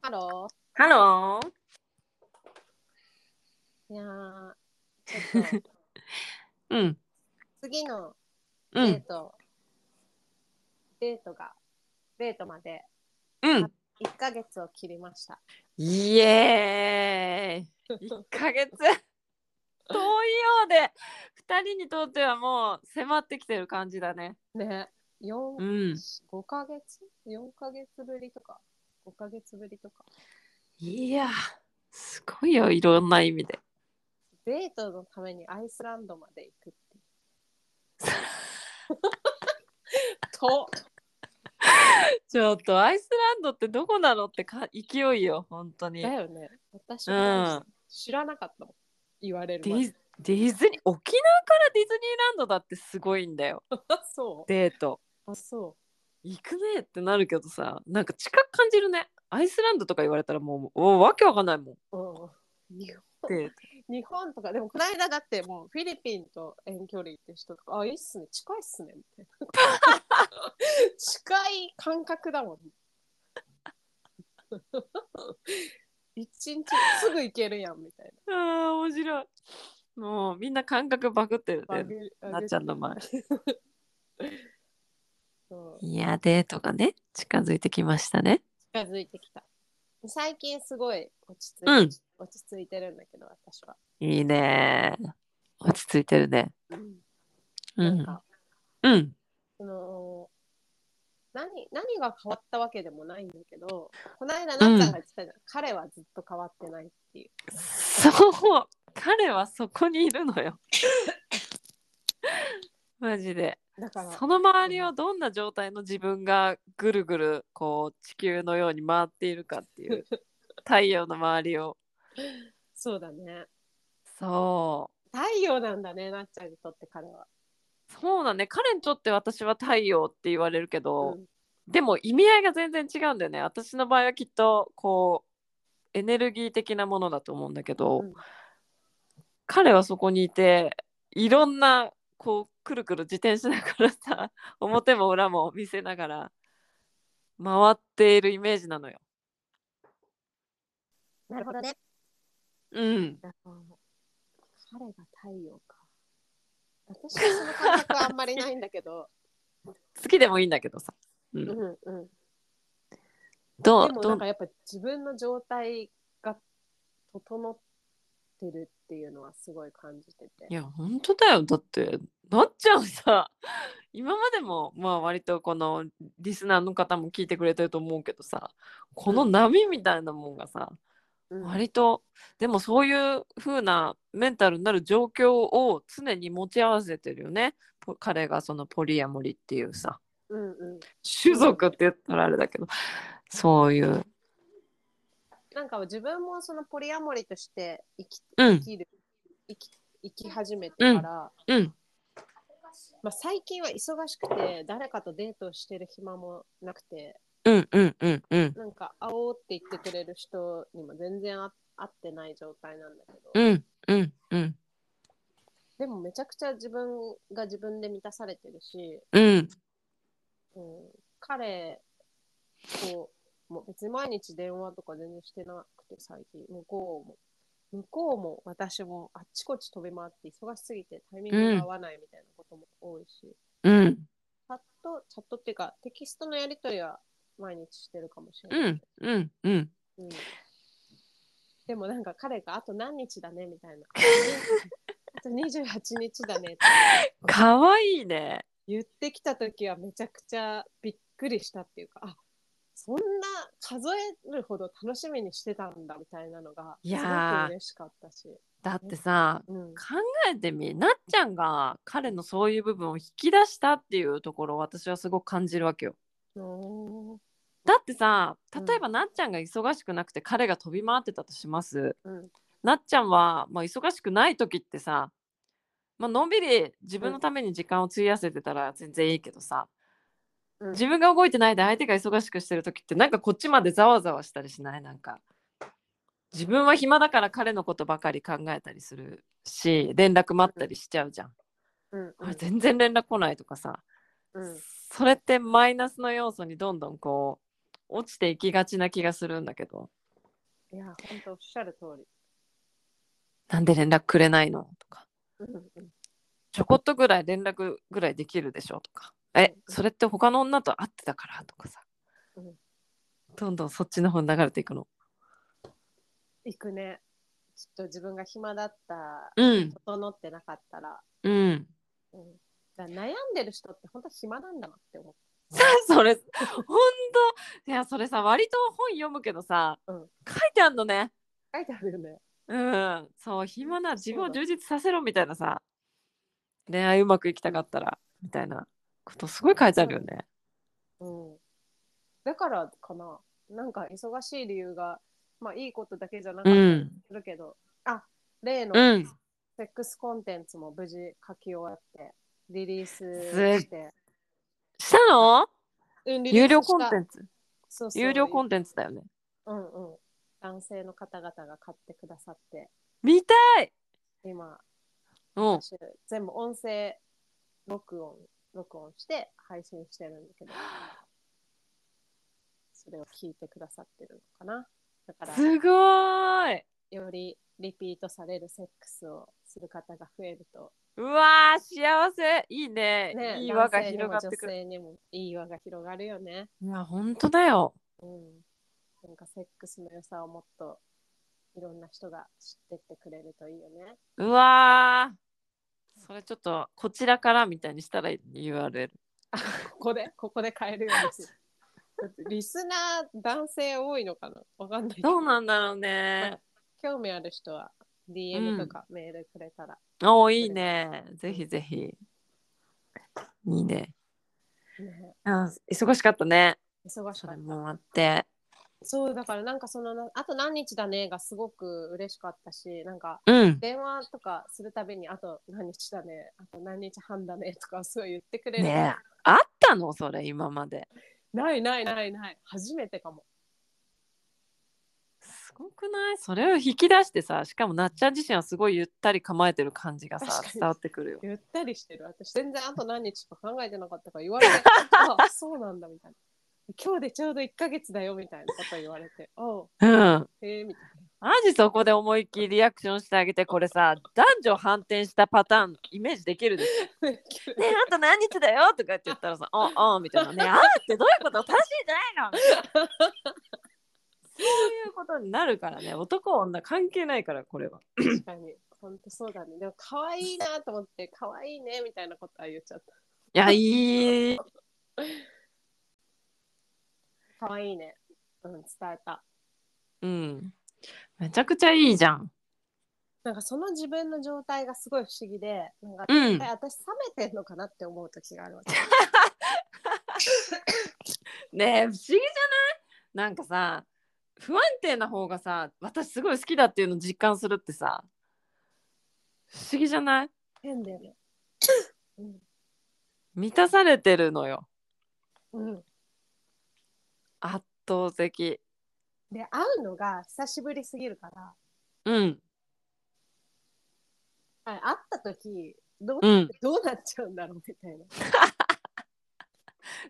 ハロハロー。ー。いやー、ちょっ とうん。次のうデーん。ト、デートが、デートまでうん。 1ヶ月を切りました。イエーイ。一ヶ 月。遠いようで。二人にとってはもう迫ってきてる感じだね。ね、う4、ん。 5ヶ月 ?4 ヶ月ぶりとか、5ヶ月ぶりとか。いや。すごいよ。いろんな意味で。デートのためにアイスランドまで行くっていう。 と、ちょっとアイスランドってどこなのってか勢いよ。本当に。だデよね。私うんも知らなかったもん。言われるまでィズディズニー沖縄からディズニーランドだってすごいんだよ。あ、 そデート。う。あ、そう。行くねってなるけどさなんか近く感じるねアイスランドとか言われたらもうおわけわかんないもんうん、日で本日本とかでもこの間だってもうフィリピンと遠距離って人とかあいいっすね近いっすねみたいな近い感覚だもん一日すぐ行けるやんみたいあー面白いもうみんな感覚バグってるなねなっちゃんの前そういやデートがね近づいてきましたね近づいてきた最近すごい落ち着いて、うん落ち着いてるんだけど私は、いいね落ち着いてるねうなんんかうんその何何が変わったわけでもないんだけどこの間なっちゃんが言ってたじゃん、彼はずっと変わってないっていうそう彼はそこにいる のよマジでだからその周りをどんな状態の自分がぐるぐるこう地球のように回っているかっ ていう太陽の周りをそうだねそ太陽なんだねなっちゃんにとって彼は、うそうだね彼にとって私は太陽って言われるけうど、んでも意味合いが全然違うんだよね私の場合はきっとこうエネルギー的なものだと思うんだけど、うん彼はそこにいていろんなこうくるくる自転しながらさ 表も裏も見せながら回っているイメージなのよ。なるほどねうん、だから彼が太陽か私はその感覚はあんまりないんだけ ど好きでもいいんだけどさ、ううんん、うんどうでもどなんうかやっぱ自分の状態が整ってるっていうのはすごい感じてていや本当だよだってなっちゃんさ今までもまあ割とこのリスナーの方も聞いてくれてると思うけどさこの波みたいなもんがさ、うん割とでもそういう風なメンタルになる状況を常に持ち合わせてるよねポ彼がそのポリアモリっていうさうんうん種族って言ったらあれだけどそういうなんか自分もそのポリアモリとして生きう生んきる、生き生き始めてから、うんまあ、最近は忙しくて誰かとデートをしてる暇もなくてうんうんうんうんなんか会おうって言ってくれる人にも全然あ会ってない状態なんだけど、うんうんうんでもめちゃくちゃ自分が自分で満たされてるし、うんうん、彼ともう別に毎日電話とか全然してなくて最近向こうも。向こうも私もあっちこっち飛び回って忙しすぎてタイミングが合わないみたいなことも多いし、うんチャット、チャットっていうか、テキストのやりとりは毎日してるかもしれうないん。うんうんうんでもなんか彼があと何日だねみたいな。あと28日だねってかわいいね。言ってきた時はめちゃくちゃびっくりしたっていうか、あそんな数えるほど楽しみにしてたんだみたいなのが、いやーすごく嬉しかったし。だってさうん考えてみなっちゃんが彼のそういう部分を引き出したっていうところを私はすごく感じるわけよ。おーだってさ例えばうなっちゃんが忙しくなくて彼が飛び回ってたとします。うんなっちゃんは、まあ、忙しくない時ってさ、まあのんびり自分のために時間を費やせてたら全然いいけどさ、うん自分が動いてないで相手が忙しくしてる時ってなんかこっちまでざわざわしたりしないなんか自分は暇だから彼のことばかり考えたりするし連絡待ったりしちゃうじゃん、うんあれ全然連絡来ないとかさ、うんそれってマイナスの要素にどんどんこう落ちていきがちな気がするんだけどいや、本当おっしゃる通り。なんで連絡くれないのとかうんうんちょこっとぐらい連絡ぐらいできるでしょとかえそれって他の女と会ってたからとかさ、うんどんどんそっちの方に流れていくの行くね。ちょっと自分が暇だった、うん整ってなかったら。うんうん、だから悩んでる人って本当は暇なんだなって思さそれほんといやそれさ割と本読むけどさ、うん書いてあんのねう。書いてあるよね。うんそう暇な自分をそうだ充実させろみたいなさ恋愛うまくいきたかったらみたいなことすごい書いてあるよねうん。だからかな。なんか忙しい理由が、まあいいことだけじゃなかうったりんするけど、あ、例のうんセックスコンテンツも無事書き終わって、リリースすして。したのうん、有料コンテツ。ンツそうそう有料コンテンツだよねうんうん。男性の方々が買ってくださって、見たい今、うん私全部音声録音、録音して配信してるんだけ ど、それを聞いてくださってるのかな。だから、すごーいよりリピートされるセックスをする方が増えると、うわー幸せいいねね、いい輪が男性に広もがってく女る性にもいい輪が広がるよね。いやほんとだようん。なんかセックスの良さをもっといろんな人が知ってってくれるといいよね。うわーそれちょっとこちらからみたいにしたらいい URL ここで、ここで変えるようにする。だ ってリスナー、男性多いのかなわかんないけどうなんだろうね興味ある人はうん DM とかメールくれたら。おいいね。ぜひぜひ。いいね。ねあ忙しかったね。忙しそかっれた。もあって。そう、だからなんかその、あと何日だねがすごく嬉しかったし、なんかうん。電話とかするたびに、あと何日だね、あと何日半だねとかすごい言ってくれる。ねえあったのそれ今まで。ないないないない。初めてかも。すごくないそれを引き出してさ、しかもなっちゃん自身はすごいゆったり構えてる感じがさ確か、に伝わってくるよ。ゆったりしてる。私全然あと何日とか考えてなかったから言われて、あ、そうなんだみたいな。今日でちょうど1ヶ月だよみたいなこと言われて、おう、うん。へえみたいマジそこで思いっきりリアクションしてあげて、これさ、男女反転したパターン、イメージできるでしょな。ねえあと何日だよとかって言ったらさ、 おんおんみたいなね、あんってどういうこと楽しいんじゃ ないのみたいなそういうことになるからね、男女関係ないから、これは。確かに。本当そうだね。でも可愛いなと思って、可愛いねみたいなことは言っちゃった。いや、いい。可愛いね。うん、伝えた。うん。めちゃくちゃいいじゃん。なんかその自分の状態がすごい不思議で、なんか、うんえ私冷めてんのかなって思う時があるわけ。ねえ、不思議じゃないなんかさ、不安定な方がさ、私すごい好きだっていうの実感するってさ、不思議じゃない変だよね。うん。満たされてるのよ。うん、圧倒的。で、会うのが久しぶりすぎるから、うん。あ会った時、どううん。どうなっちゃうんだろうみたいな。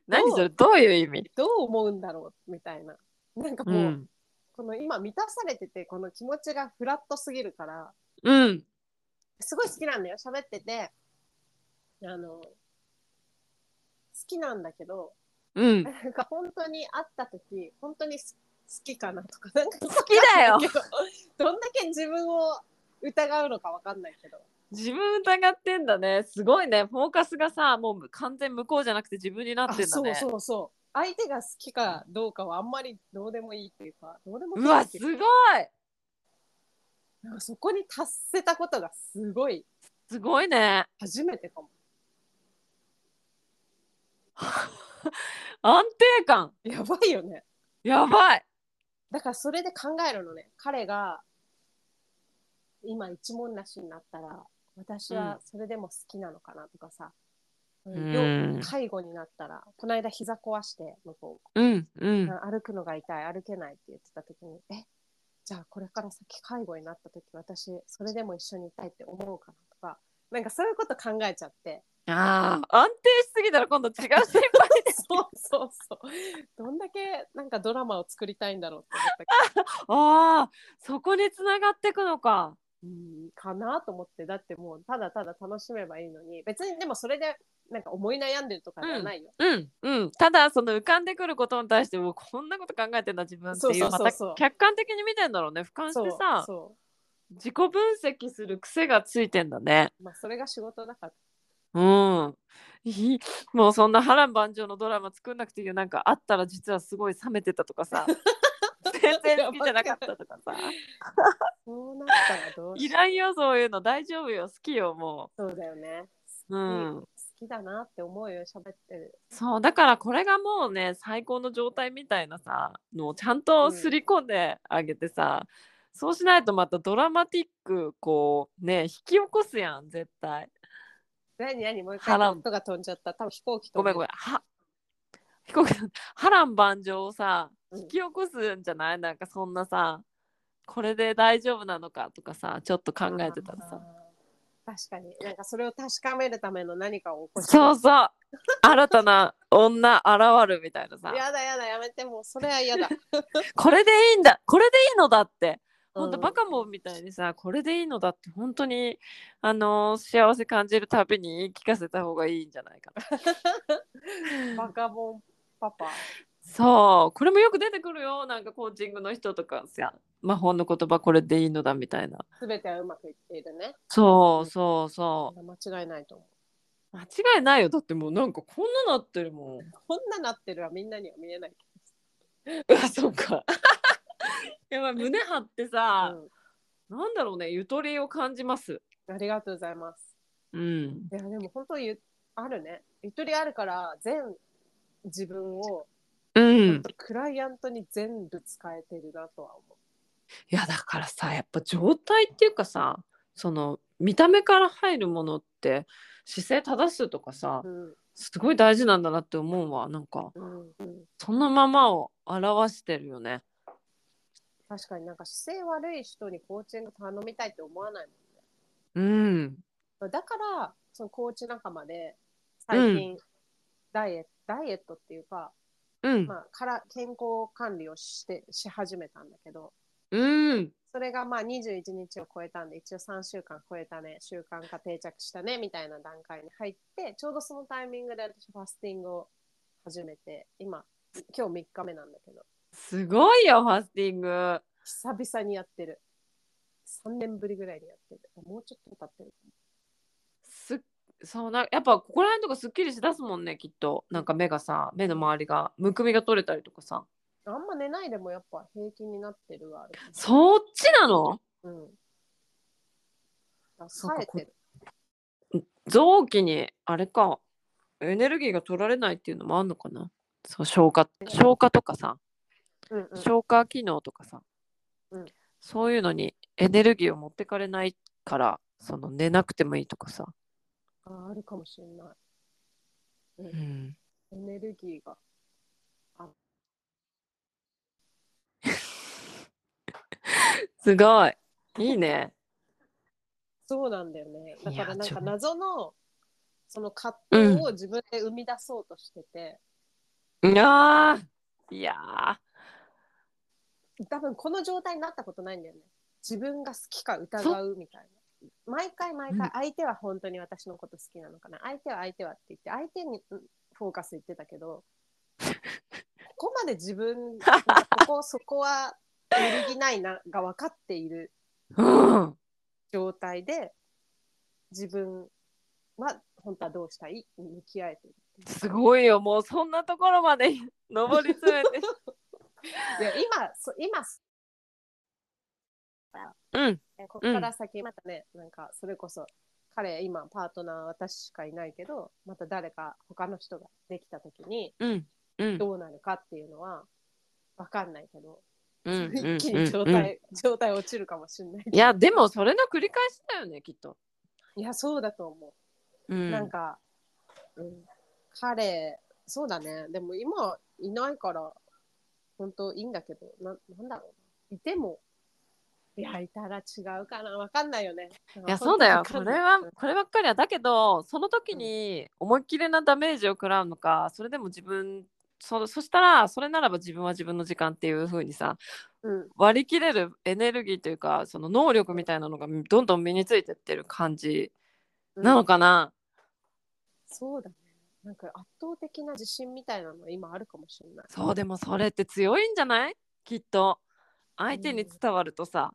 何それどういう意味どう思うんだろうみたいな。なんかもうう、ん。この今満たされてて、この気持ちがフラットすぎるから、うん。すごい好きなんだよ喋っててあの好きなんだけどうん。なんか本当に会った時本当にす好きかなとかなんか好きだよどん だけ自分を疑うのかわかんないけど自分疑ってんだね。すごいね。フォーカスがさ、もう完全向こうじゃなくて自分になってんだそうね。そうそう相手が好きかどうかはあんまりどうでもいいっていうかどうでもいいうわ、ってすいごういかなんかそこに達せたことがすごいすごいね。初めてかも安定感やばいよねやばいだからそれで考えるのね。彼が今一文なしになったら、私はそれでも好きなのかなとかさ。うんうん介護になったら、この間膝壊して、向こうんうう、ん歩くのが痛い、歩けないって言ってた時に、え、じゃあこれから先介護に なった時、私それでも一緒にいたいって思うかなとか、なんかそういうこと考えちゃって、ああ安定しすぎたら今度違う心配 でそうそうそう。どんだけなんかドラマを作りたいんだろうって思ったけああそこに繋がってくのかど、うん、かなと思って、だってもうただただ楽しめばいいのに、別にでもそれでなんか思い悩んでるとかじゃないよ。うんうんただその浮かんでくることに対してもうこんなこと考えてんだ自分ってそういそううそまうたそう客観的に見てんだろうね俯瞰しそうてさそ自己分析する癖がついてんだねう。まあそれが仕事だから。うんいいもうそんな波乱万丈のドラマ作んなくていいよなんかあったら実はすごい冷めてたと かさ 全然好きじゃなかったとかさそうなったらどういしよらんよそういうの大丈夫よ好きよもう。そうだよね。う、うん、好きだなって思うよ、喋ってる。そうだからこれがもうね最高の状態みたいなさのをちゃんうとんすり込んであげてさ、そうしないとまたドラマティックこうね引き起こすやん絶対何何もう一波回乱音が飛んじゃった。多分飛行機飛ごめんごめんは 飛行機波乱万丈をさうん引き起こすんじゃないなんかそんなさこれで大丈夫なのかとかさちょっと考えてた らさあー確かに。なんかそれを確かめるための何かを起こしてそうそう新たな女現るみたいなさやだやだやめてもうそれは嫌だ。これでいいんだこれでいいのだって 本当うんバカモンみたいにさこれでいいのだって本当にあのー幸せ感じるたびに言い聞かせた方がいいんじゃないかなバカボンパパ。そうこれもよく出てくるよなんかコーチングの人とかさ魔法の言葉これでいいのだみたいなすべてはうまくいっているね。そうそうそ間違いないと思う。う間違いないよだってもうなんかこんななってるもん こんななってるはみんなには見えないけうわそうかやばい胸張ってさど、、うなんだろうねゆとりを感じますん。ありがとうございます。うんいやでも本当ゆあるね。ゆとりあるから全自分を、うんクライアントに全部使えてるなとは思う。いやだからさやっぱ状態っていうかさその見た目から入るものって姿勢正すとかさうんすごい大事なんだなって思うわなんかうんうん、そのままを表してるよね確かになんか姿勢悪い人にコーチング頼みたいって思わないもんね。うんだから、そのコーチ仲間で、最近、ダイエット、ダイエットっていうか、うんまあ、から健康管理をして、し始めたんだけど、うんそれがまあ21日を超えたんで、一応3週間超えたね、習慣化定着したね、みたいな段階に入って、ちょうどそのタイミングで私ファスティングを始めて、今、今日3日目なんだけど、すごいよファスティング久々にやってる。3年ぶりぐらいにやってる。もうちょっと経ってる。すそうなやっぱここら辺とかすっきりしだすもんねきっとなんか目がさ目の周りがむくみが取れたりとかさあんま寝ないでもやっぱ平均になってるわ。あれそっちなのうん。あそうか冴えてる。臓器にあれかエネルギーが取られないっていうのもあんのかなそう消化消化とかさうんうん消化機能とかさ、うんそういうのにエネルギーを持ってかれないからその寝なくてもいいとかさ、ああるかもしれない。うん、エネルギーが。すごいいいねそうなんだよね。だからなんちょか謎の、その葛藤を自分で生み出そうとしてて、いやーいやー多分この状態になったことないんだよね。自分が好きか疑うみたいな。毎回毎う回ん、相手は本当に私のこと好きなのかな。相手は相手はって言って、相手にうんフォーカスいってたけ ど、ここまで自分、ここ、そこは揺るぎないな、が分かっているうん状態で自分は本当はどうしたいに向き合えてる。すごいよもうそんなところまで上り詰 めていや今そ今すうんねここから先またね、なんかそれこそ彼今パートナー私しかいないけどまた誰か他の人ができた時にうんうんどうなるかっていうのは分かんないけど、うんうんうん一気に状態、状態落ちるかもしれないけど いやでもそれの繰り返しだよねきっと、いやそうだと思う。うん、なんか、うん、彼、そうだね。でも今いないから、本当いいんだけど、ななんだろうな。いても、いや、いたら違うかな。わかんないよね。いやそうだよわかこんないれはこればっかりはだけどその時に思いっきりなダメージを食らうのかそれでも自分そそしたらそれならば自分は自分の時間っていう風にさうん。割り切れるエネルギーというかその能力みたいなのがどんどん身についてってる感じうんなのかな、そうだね。なんか圧倒的な自信みたいなのは今あるかもしれない。そうでもそれって強いんじゃないきっと相手に伝わるとさ、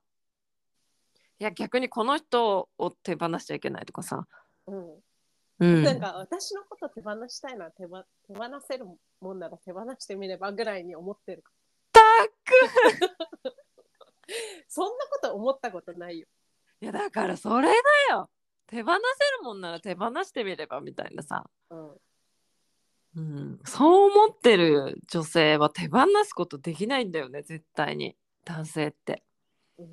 いや逆にこの人を手放しちゃいけないとかさ、うん。 うん、なんか私のこと手放したいなら手ば手放せるもんなら手放してみればぐらいに思ってる。 そんなこと思ったことないよ。いやだからそれだよ手放せるもんなら手放してみればみたいなさ、うん。うん、そう思ってる女性は手放すことできないんだよね絶対に男性って。うん、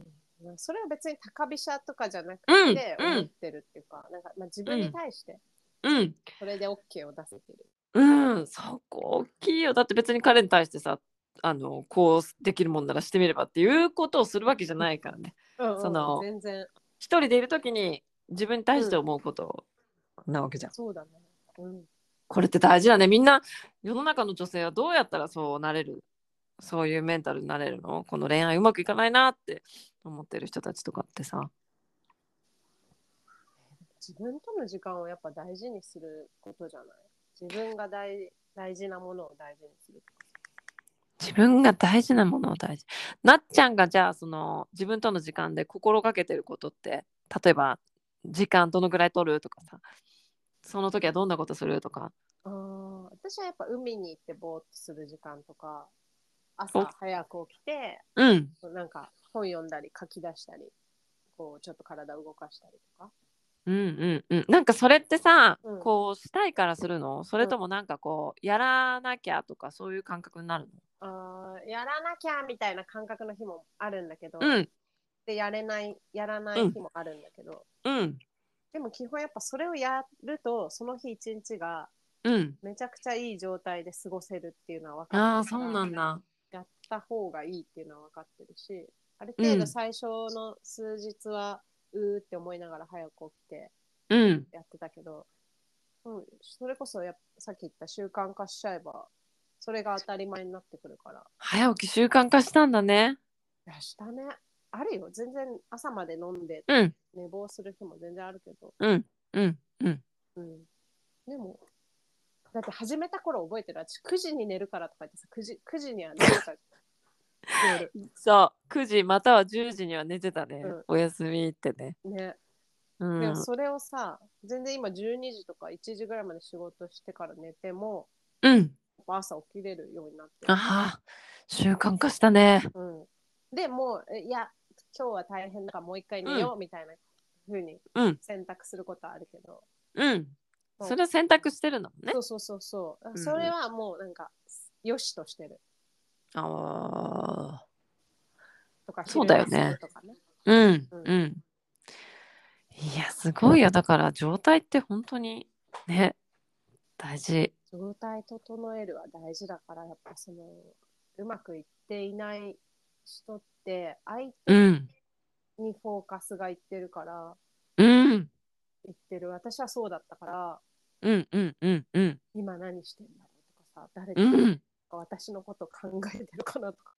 それは別に高飛車とかじゃなくうんてうん思ってるっていうか、なんかまあ自分に対してうんそれで OK を出せてる。うんそこ大きいよだって別に彼に対してさあのこうできるもんならしてみればっていうことをするわけじゃないからねうんうんその全然一人でいる時に自分に対して思うことなわけじゃん、そうだね。うん。これって大事だねみんな世の中の女性はどうやったらそうなれるそういうメンタルになれるのこの恋愛うまくいかないなって思ってる人たちとかってさ自分との時間をやっぱ大事にすることじゃない自分が大大事なものを大事にする。自分が大事なものを大事なっちゃんがじゃあその自分との時間で心がけてることって例えば時間どのぐらい取るとかさその時はどんなことするとかあー私はやっぱ海に行ってぼーっとする時間とかお朝早く起きてうんなんか本読んだり書き出したりこうちょっと体動かしたりとか。うんうんうん、なんかそれってさ、うんこうしたいからするのそれともなんかこうやらなきゃとかそういう感覚になるあーやらなきゃみたいな感覚の日もあるんだけど、のうんでやれないやらない日もあるんだけど、うんでも基本やっぱそれをやるとその日一日がうんめちゃくちゃいい状態で過ごせるっていうのは分かってるからああそうなんだやった方がいいっていうのは分かってるしある程うん度最初の数日は、うーって思いながら早く起きてうんやってたけど、うん、それこそやっさっき言った習慣化しちゃえばそれが当たり前になってくるから早起き習慣化したんだねいやしたねあるよ全然朝まで飲んでうん寝坊する日も全然あるけど、うんうんうん、でもだって始めた頃覚えてる私9時に寝るからとか言ってさ9時 ,9 時には寝るから夜そう9時または10時には寝てたね、うんお休みってねねうんでもそれをさ、全然今12時とか1時ぐらいまで仕事してから寝ても、うん朝起きれるようになってる。ああ習慣化したねうん、でもう、えいや、今日は大変だからもう一回寝ようみたいな風にうん選択することはあるけど、うんそうそれを選択してるのねそうそうそうそう、んそれはもうなんか、よしとしてるああとか、そうだよね昼休みとかね。うんうんうん。いや、すごいよ。だから、状態って本当にね、大事。状態整えるは大事だから、やっぱその、うまくいっていない人って、相うん。手にフォーカスがいってるから、うん。言ってる私はそうだったからうんうんうんうん。今何してんだろうとかさ誰うか ん。私のこと考えてるかなとか、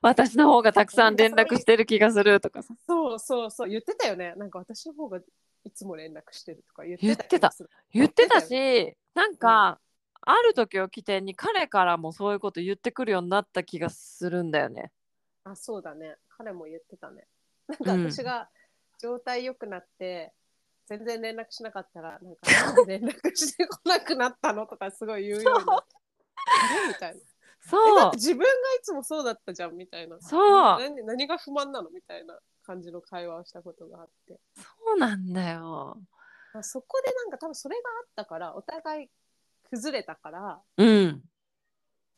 私の方がたくさん連絡してる気がするとかさ。そうそうそう言ってたよねなんか私の方がいつも連絡してるとか言ってた言ってた言ってたし、なんか、ある時を起点に彼からもそういうこと言ってくるようになった気がするんだよね。あそうだね彼も言ってたねなんか私が状態良くなって、全然連絡しなかったらなん かなんで連絡してこなくなったのとかすごい言うようになってあれみたいなえだそっうて。自分がいつもそうだったじゃんみたいなそう。何何が不満なのみたいな感じの会話をしたことがあって、そうなんだよ。まあ、そこでなんか多分それがあったからお互い崩れたからうん。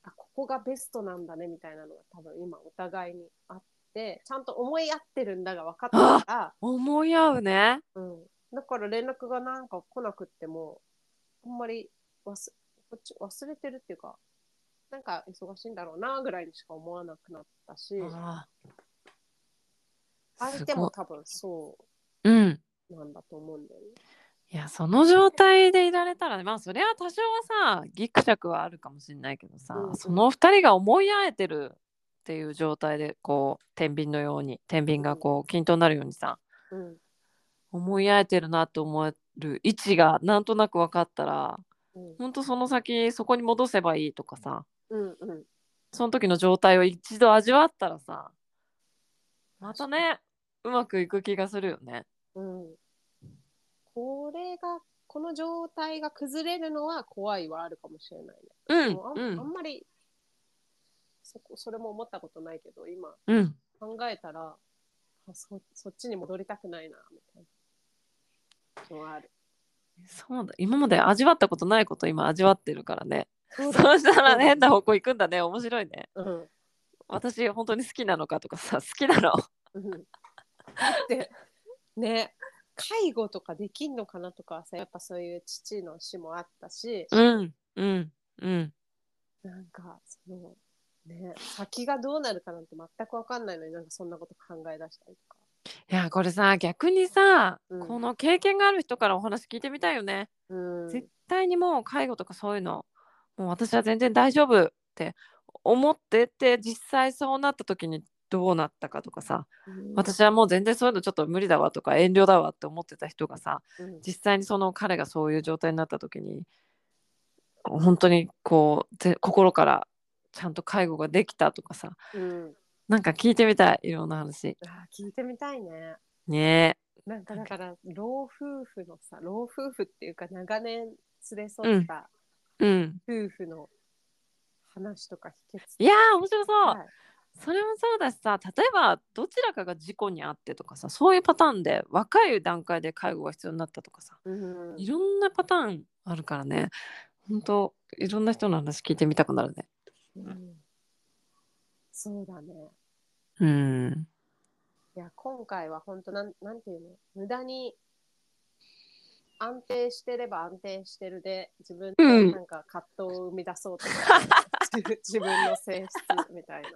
あここがベストなんだねみたいなのが多分今お互いにあってちゃんと思い合ってるんだが分かったから、思い合うね。うん、だから連絡がなんか来なくってもあんまり忘こっち忘れてるっていうかなんか忙しいんだろうなぐらいにしか思わなくなったし、ああ相手も多分そうん。うなんだと思うんだよね。いや、その状態でいられたらね、まあ、それは多少はさ、ギクシャクはあるかもしれないけどさ、うんうんその二人が思い合えてるっていう状態で、こう、天秤のように、天秤がこう、均等になるようにさ、うん思い合えてるなと思える位置がなんとなく分かったら、うんほんとその先、そこに戻せばいいとかさ、うんうんその時の状態を一度味わったらさ、またね、うまくいく気がするよね。うん、これがこの状態が崩れるのは怖いはあるかもしれないね。うでんもあ、んうあんん、まりそこそれも思ったことないけど今うん。考えたらあそそっちに戻りたくないなみたいなのはある。そうだ今まで味わったことないこと今味わってるからね。そそうしたらね変な方向行くんだね面白いね。うん私本当に好きなのかとかさ好きなの。うんだってね介護とかできんのかなとかさやっぱそういう父の死もあったし、うんうんうんなんかそのね先がどうなるかなんて全く分かんないのになんかそんなこと考え出したりとか。いやこれさ逆にさ、うんこの経験がある人からお話聞いてみたいよね。うん絶対にもう介護とかそういうのもう私は全然大丈夫って思ってて実際そうなった時にどうなったかとかさ私はもう全然そういうのちょっと無理だわとか遠慮だわって思ってた人がさうん実際にその彼がそういう状態になった時に本当にこうぜ心からちゃんと介護ができたとかさうん、なんか聞いてみたいいろんな話あー聞いてみたいね。ねなんかだから老夫婦のさ老夫婦っていうか長年連れ添ったえうん夫婦の話とか秘訣とかいやー面白そう、はいそれもそうだしさ例えばどちらかが事故にあってとかさそういうパターンで若い段階で介護が必要になったとかさうんいろんなパターンあるからね本当いろんな人の話聞いてみたくなるねうんそうだね。うんいや今回は本当なんなんていうの無駄に安定してれば安定してるで自分うんでなんか葛藤を生み出そうと か、自分の性質みたいな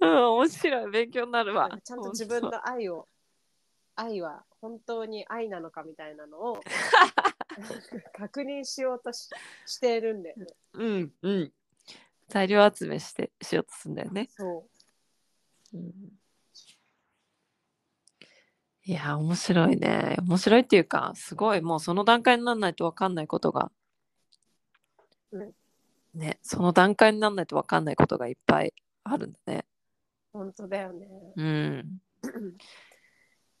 うん面白い勉強になるわなんかちゃんと自分の愛を愛は本当に愛なのかみたいなの を確認しようとししてるんだよね。うんうん。材料集めしてしようとするんだよね。そいやー面白いね面白いっていうかすごいもうその段階にならないと分かんないことが、うんねその段階にならないと分かんないことがいっぱいあるんだね。う本当だよね。うん。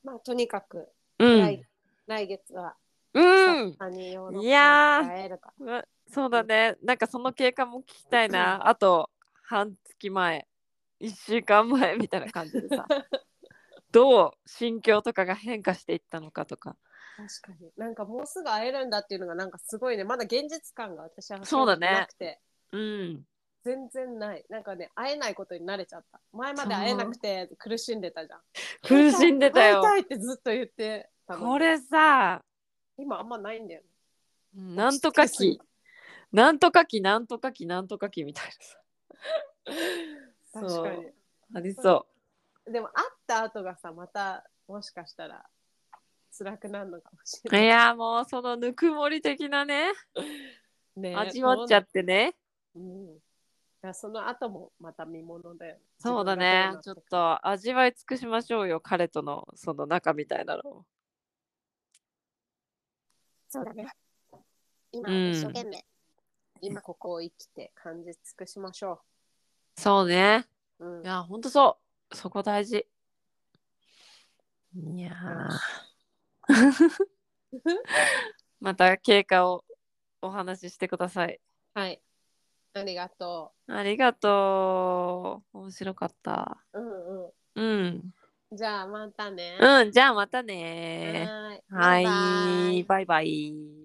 まあとにかくう来ん。来月はうん。他人用のいやー会えるか。うわそうだねなんかその経過も聞きたいなあと半月前1週間前みたいな感じでさどう心境とかが変化していったのかとか確かに。なんかもうすぐ会えるんだっていうのがなんかすごいね。まだ現実感が私はそうだねなくて。うん全然ない。なんかね、会えないことに慣れちゃった。前まで会えなくて苦しんでたじゃん。苦しんでたよ会いたいってずっと言ってたのにこれさ今あんまないんだよね。なんとか期なんとか期なんとか期なんとか期みたいなさ確かにそう。ありそでも会った後がさ、またもしかしたら辛くなるのかもしれうないい。やもうそのぬくもり的なねね味わっちゃて。ってねうんだからその後もまた見ものだよね。そうだね自分がどうなちょっってくか。と味わい尽くしましょうよ彼とのその仲みたいなのをそうだね。今うん一生懸命、今ここを生きて感じ尽くしましょそうねう。うんい。や、ほんとそう。そこ大事。いやーまた経過をお話ししてください。 はい。ありがとありがとう。面白かった。う。うんううん。ん。じゃあまたね。うん、じゃあまたねはーい。バイバイはい。バイバイ。